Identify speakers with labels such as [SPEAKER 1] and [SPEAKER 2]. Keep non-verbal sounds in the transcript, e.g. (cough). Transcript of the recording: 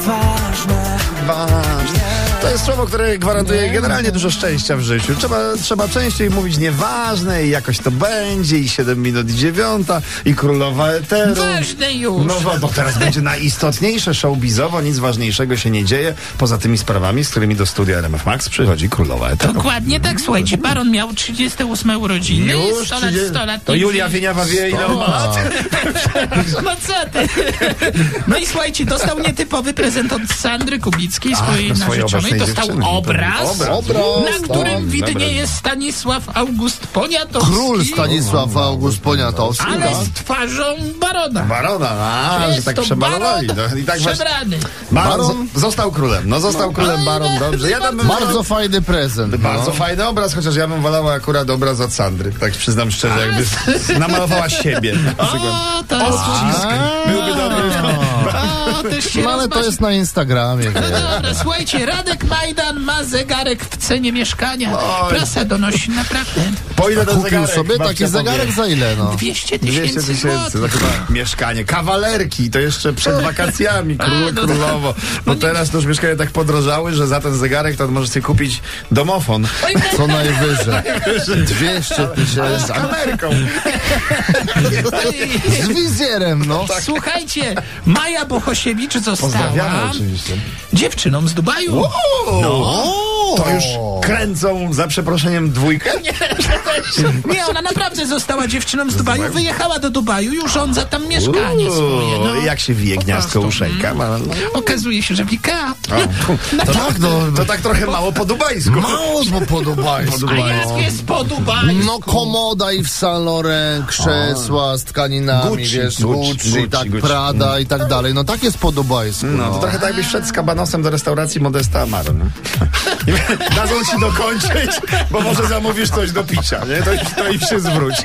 [SPEAKER 1] ważne.
[SPEAKER 2] Ważne. To jest słowo, które gwarantuje generalnie dużo szczęścia w życiu. Trzeba, trzeba częściej mówić nieważne i jakoś to będzie i 7 minut i dziewiąta i królowa eteru.
[SPEAKER 3] Ważne już.
[SPEAKER 2] No bo- bo teraz będzie najistotniejsze showbizowo, nic ważniejszego się nie dzieje poza tymi sprawami, z którymi do studia RMF Max przychodzi królowa eteru.
[SPEAKER 3] Dokładnie tak, słuchajcie, Baron miał 38 urodziny,
[SPEAKER 2] Już
[SPEAKER 3] 100 lat,
[SPEAKER 2] 30
[SPEAKER 3] 100 lat.
[SPEAKER 2] To
[SPEAKER 3] nic
[SPEAKER 2] Julia
[SPEAKER 3] nie-
[SPEAKER 2] Wieniawa wie ile on ma.
[SPEAKER 3] O, No co ty? No i słuchajcie, dostał nietypowy prezent od Sandry Kubickiej, swojej
[SPEAKER 2] no swojej
[SPEAKER 3] narzeczonej.
[SPEAKER 2] obecnej
[SPEAKER 3] Dostał
[SPEAKER 2] dziewczyny.
[SPEAKER 3] obraz,
[SPEAKER 2] Obraz.
[SPEAKER 3] na którym widnieje Stanisław August Poniatowski.
[SPEAKER 4] Król Stanisław August Poniatowski.
[SPEAKER 3] Ale z twarzą Barona.
[SPEAKER 2] Barona, a, że
[SPEAKER 3] Jest
[SPEAKER 2] tak
[SPEAKER 3] to
[SPEAKER 2] przebalowali.
[SPEAKER 3] Baron
[SPEAKER 2] No, I tak właśnie.
[SPEAKER 3] przebrany.
[SPEAKER 2] Baron,
[SPEAKER 4] Baron?
[SPEAKER 2] zo- został królem. No został królem Baron, dobrze. Ja tam bym
[SPEAKER 4] Bardzo fajny prezent.
[SPEAKER 2] Bardzo
[SPEAKER 4] no.
[SPEAKER 2] fajny obraz, chociaż ja bym wolała akurat obraz od Sandry. Tak przyznam szczerze, jakby namalowała siebie. Na przykład.
[SPEAKER 3] O, to jest...
[SPEAKER 2] Byłby dobry.
[SPEAKER 3] O, też się
[SPEAKER 4] No, ale to
[SPEAKER 3] rozmaśni.
[SPEAKER 4] jest na Instagramie.
[SPEAKER 3] No
[SPEAKER 4] wie.
[SPEAKER 3] Dobra, słuchajcie, Radek Majdan ma zegarek w cenie mieszkania.
[SPEAKER 2] Oj.
[SPEAKER 3] Prasa donosi naprawdę
[SPEAKER 2] Po ile ten
[SPEAKER 4] Kupił
[SPEAKER 2] zegarek,
[SPEAKER 4] sobie
[SPEAKER 2] babcia
[SPEAKER 4] taki
[SPEAKER 2] powie?
[SPEAKER 4] zegarek za ile, no?
[SPEAKER 3] 200
[SPEAKER 2] 200
[SPEAKER 3] tysięcy
[SPEAKER 2] tysięcy, no
[SPEAKER 3] złotych.
[SPEAKER 2] to chyba mieszkanie. Kawalerki, to jeszcze przed wakacjami,
[SPEAKER 3] A,
[SPEAKER 2] król,
[SPEAKER 3] no to-
[SPEAKER 2] królowo. Bo teraz to już mieszkania tak podrożały, że za ten zegarek to możesz sobie kupić domofon.
[SPEAKER 3] Oj, tak,
[SPEAKER 4] Co najwyżej. 200
[SPEAKER 2] Z
[SPEAKER 4] tysięcy. a-
[SPEAKER 2] kamerką. tak
[SPEAKER 3] oj.
[SPEAKER 4] Z wizjerem, no.
[SPEAKER 3] Słuchajcie, Maja Bohosiewicz
[SPEAKER 2] Pozdrawiamy
[SPEAKER 3] została
[SPEAKER 2] oczywiście.
[SPEAKER 3] dziewczyną z Dubaju.
[SPEAKER 2] No.
[SPEAKER 3] No.
[SPEAKER 2] To już kręcą, za przeproszeniem, dwójkę?
[SPEAKER 3] (laughs) Nie, ona naprawdę została dziewczyną z Dubaju, wyjechała do Dubaju i urządza tam mieszkanie
[SPEAKER 2] Uuu,
[SPEAKER 3] swoje. No.
[SPEAKER 2] Jak się wije gniazdko
[SPEAKER 3] prostu.
[SPEAKER 2] uszejka. ma- no.
[SPEAKER 3] Okazuje się, że w Ikea.
[SPEAKER 2] To,
[SPEAKER 4] Tak, no.
[SPEAKER 2] to tak trochę mało po dubańsku.
[SPEAKER 4] Mało bo podobaństwo.
[SPEAKER 3] A jak jest po Dubaju?
[SPEAKER 4] No komoda i w Saint Laurent, krzesła z tkaninami,
[SPEAKER 2] Gucci,
[SPEAKER 4] wiesz,
[SPEAKER 2] Gucci,
[SPEAKER 4] Gucci,
[SPEAKER 2] Gucci,
[SPEAKER 4] tak,
[SPEAKER 2] Gucci. Mm.
[SPEAKER 4] Prada i tak dalej. No tak jest podobaństwo.
[SPEAKER 2] No,
[SPEAKER 4] No,
[SPEAKER 2] to trochę tak jakbyś wszedł z kabanosem do restauracji Modesta Amaro. No. I (laughs) Dadzą ci dokończyć, bo może zamówisz coś do picia, nie? To, to i się zwróci.